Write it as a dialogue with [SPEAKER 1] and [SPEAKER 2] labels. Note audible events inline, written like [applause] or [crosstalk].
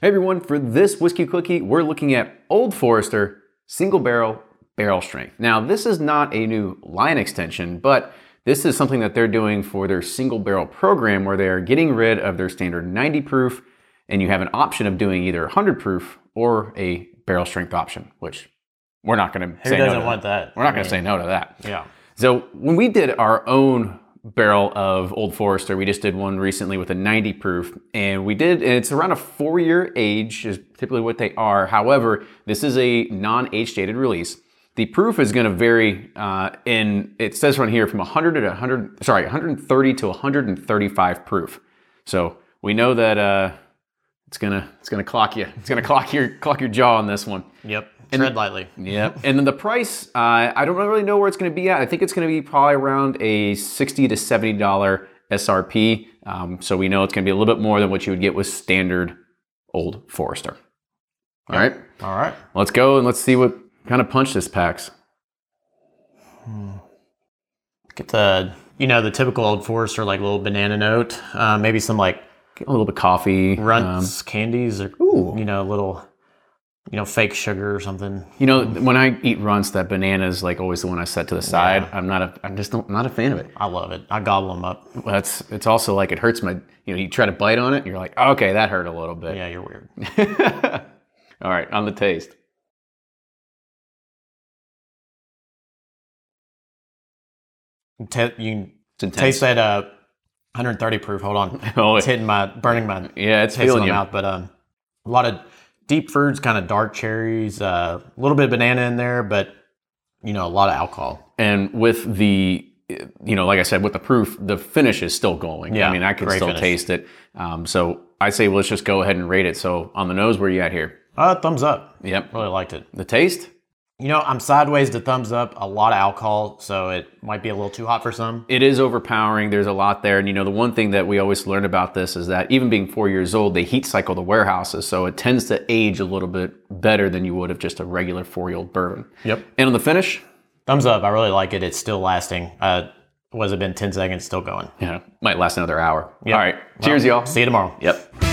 [SPEAKER 1] Hey everyone, for this whiskey cookie, we're looking at Old Forester single barrel barrel strength. Now, this is not a new line extension, but this is something that they're doing for their single barrel program where they are getting rid of their standard 90 proof and you have an option of doing either 100 proof or a barrel strength option, which we're not going to
[SPEAKER 2] Who
[SPEAKER 1] say no
[SPEAKER 2] doesn't
[SPEAKER 1] to
[SPEAKER 2] want that?
[SPEAKER 1] We're not going to say no to that. So when we did our own barrel of Old Forester, we just did one recently with a 90 proof, and we did, and it's around a four-year age is typically what they are. However, this is a non-age dated release. The proof is going to vary uh, in it says right here from 100 to 100, sorry, 130 to 135 proof. So we know that uh, it's gonna it's gonna clock you. It's gonna [laughs] clock your clock your jaw on this one.
[SPEAKER 2] Yep. Tread lightly.
[SPEAKER 1] Yep. And then the price, uh, I don't really know where it's going to be at. I think it's going to be probably around a sixty to seventy dollar SRP. Um, so we know it's going to be a little bit more than what you would get with standard old Forester. All right,
[SPEAKER 2] All right.
[SPEAKER 1] let's go and let's see what kind of punch this packs.
[SPEAKER 2] Get the you know the typical old Forester like little banana note, uh, maybe some like
[SPEAKER 1] Get a little bit of coffee. Um,
[SPEAKER 2] runts candies or
[SPEAKER 1] Ooh.
[SPEAKER 2] you know little you know fake sugar or something.
[SPEAKER 1] You know, when I eat runts, that banana is like always the one I set to the side. I'm not a, I'm just not, not a fan of it.
[SPEAKER 2] I love it. I gobble them up.
[SPEAKER 1] Well, That's, it's also like it hurts my, you know, you try to bite on it, and you're like, okay, that hurt a little bit.
[SPEAKER 2] Yeah, you're
[SPEAKER 1] [laughs]
[SPEAKER 2] weird.
[SPEAKER 1] All right, on the taste.
[SPEAKER 2] Ta- you can
[SPEAKER 1] It's intense.
[SPEAKER 2] taste that uh, 130 proof. Hold on,
[SPEAKER 1] [laughs] Oh,
[SPEAKER 2] it's hitting my burning my
[SPEAKER 1] yeah, it's
[SPEAKER 2] taste in
[SPEAKER 1] feeling
[SPEAKER 2] my
[SPEAKER 1] you.
[SPEAKER 2] mouth, but um, a lot of deep fruits, kind of dark cherries, a little bit of banana in there, but you know a lot of alcohol.
[SPEAKER 1] And with the, you know, like I said, with the proof, the finish is still going.
[SPEAKER 2] Yeah,
[SPEAKER 1] I mean, I can
[SPEAKER 2] great
[SPEAKER 1] still
[SPEAKER 2] finish.
[SPEAKER 1] taste it. Um, so I say, well, let's just go ahead and rate it. So on the nose, where you at here?
[SPEAKER 2] Uh, thumbs up.
[SPEAKER 1] Yep.
[SPEAKER 2] Really liked it.
[SPEAKER 1] The taste?
[SPEAKER 2] You know, I'm sideways to thumbs up. A lot of alcohol, so it might be a little too hot for some.
[SPEAKER 1] It is overpowering. There's a lot there. And, you know, the one thing that we always learn about this is that even being four years old, they heat cycle the warehouses. So it tends to age a little bit better than you would have just a regular four year old bourbon.
[SPEAKER 2] Yep.
[SPEAKER 1] And on the finish,
[SPEAKER 2] Thumbs up. I really like it. It's still lasting. Uh, was it been 10 seconds? Still going.
[SPEAKER 1] you know, might last another hour.
[SPEAKER 2] Yep.
[SPEAKER 1] All right. Cheers, y'all.
[SPEAKER 2] See you tomorrow.
[SPEAKER 1] Yep.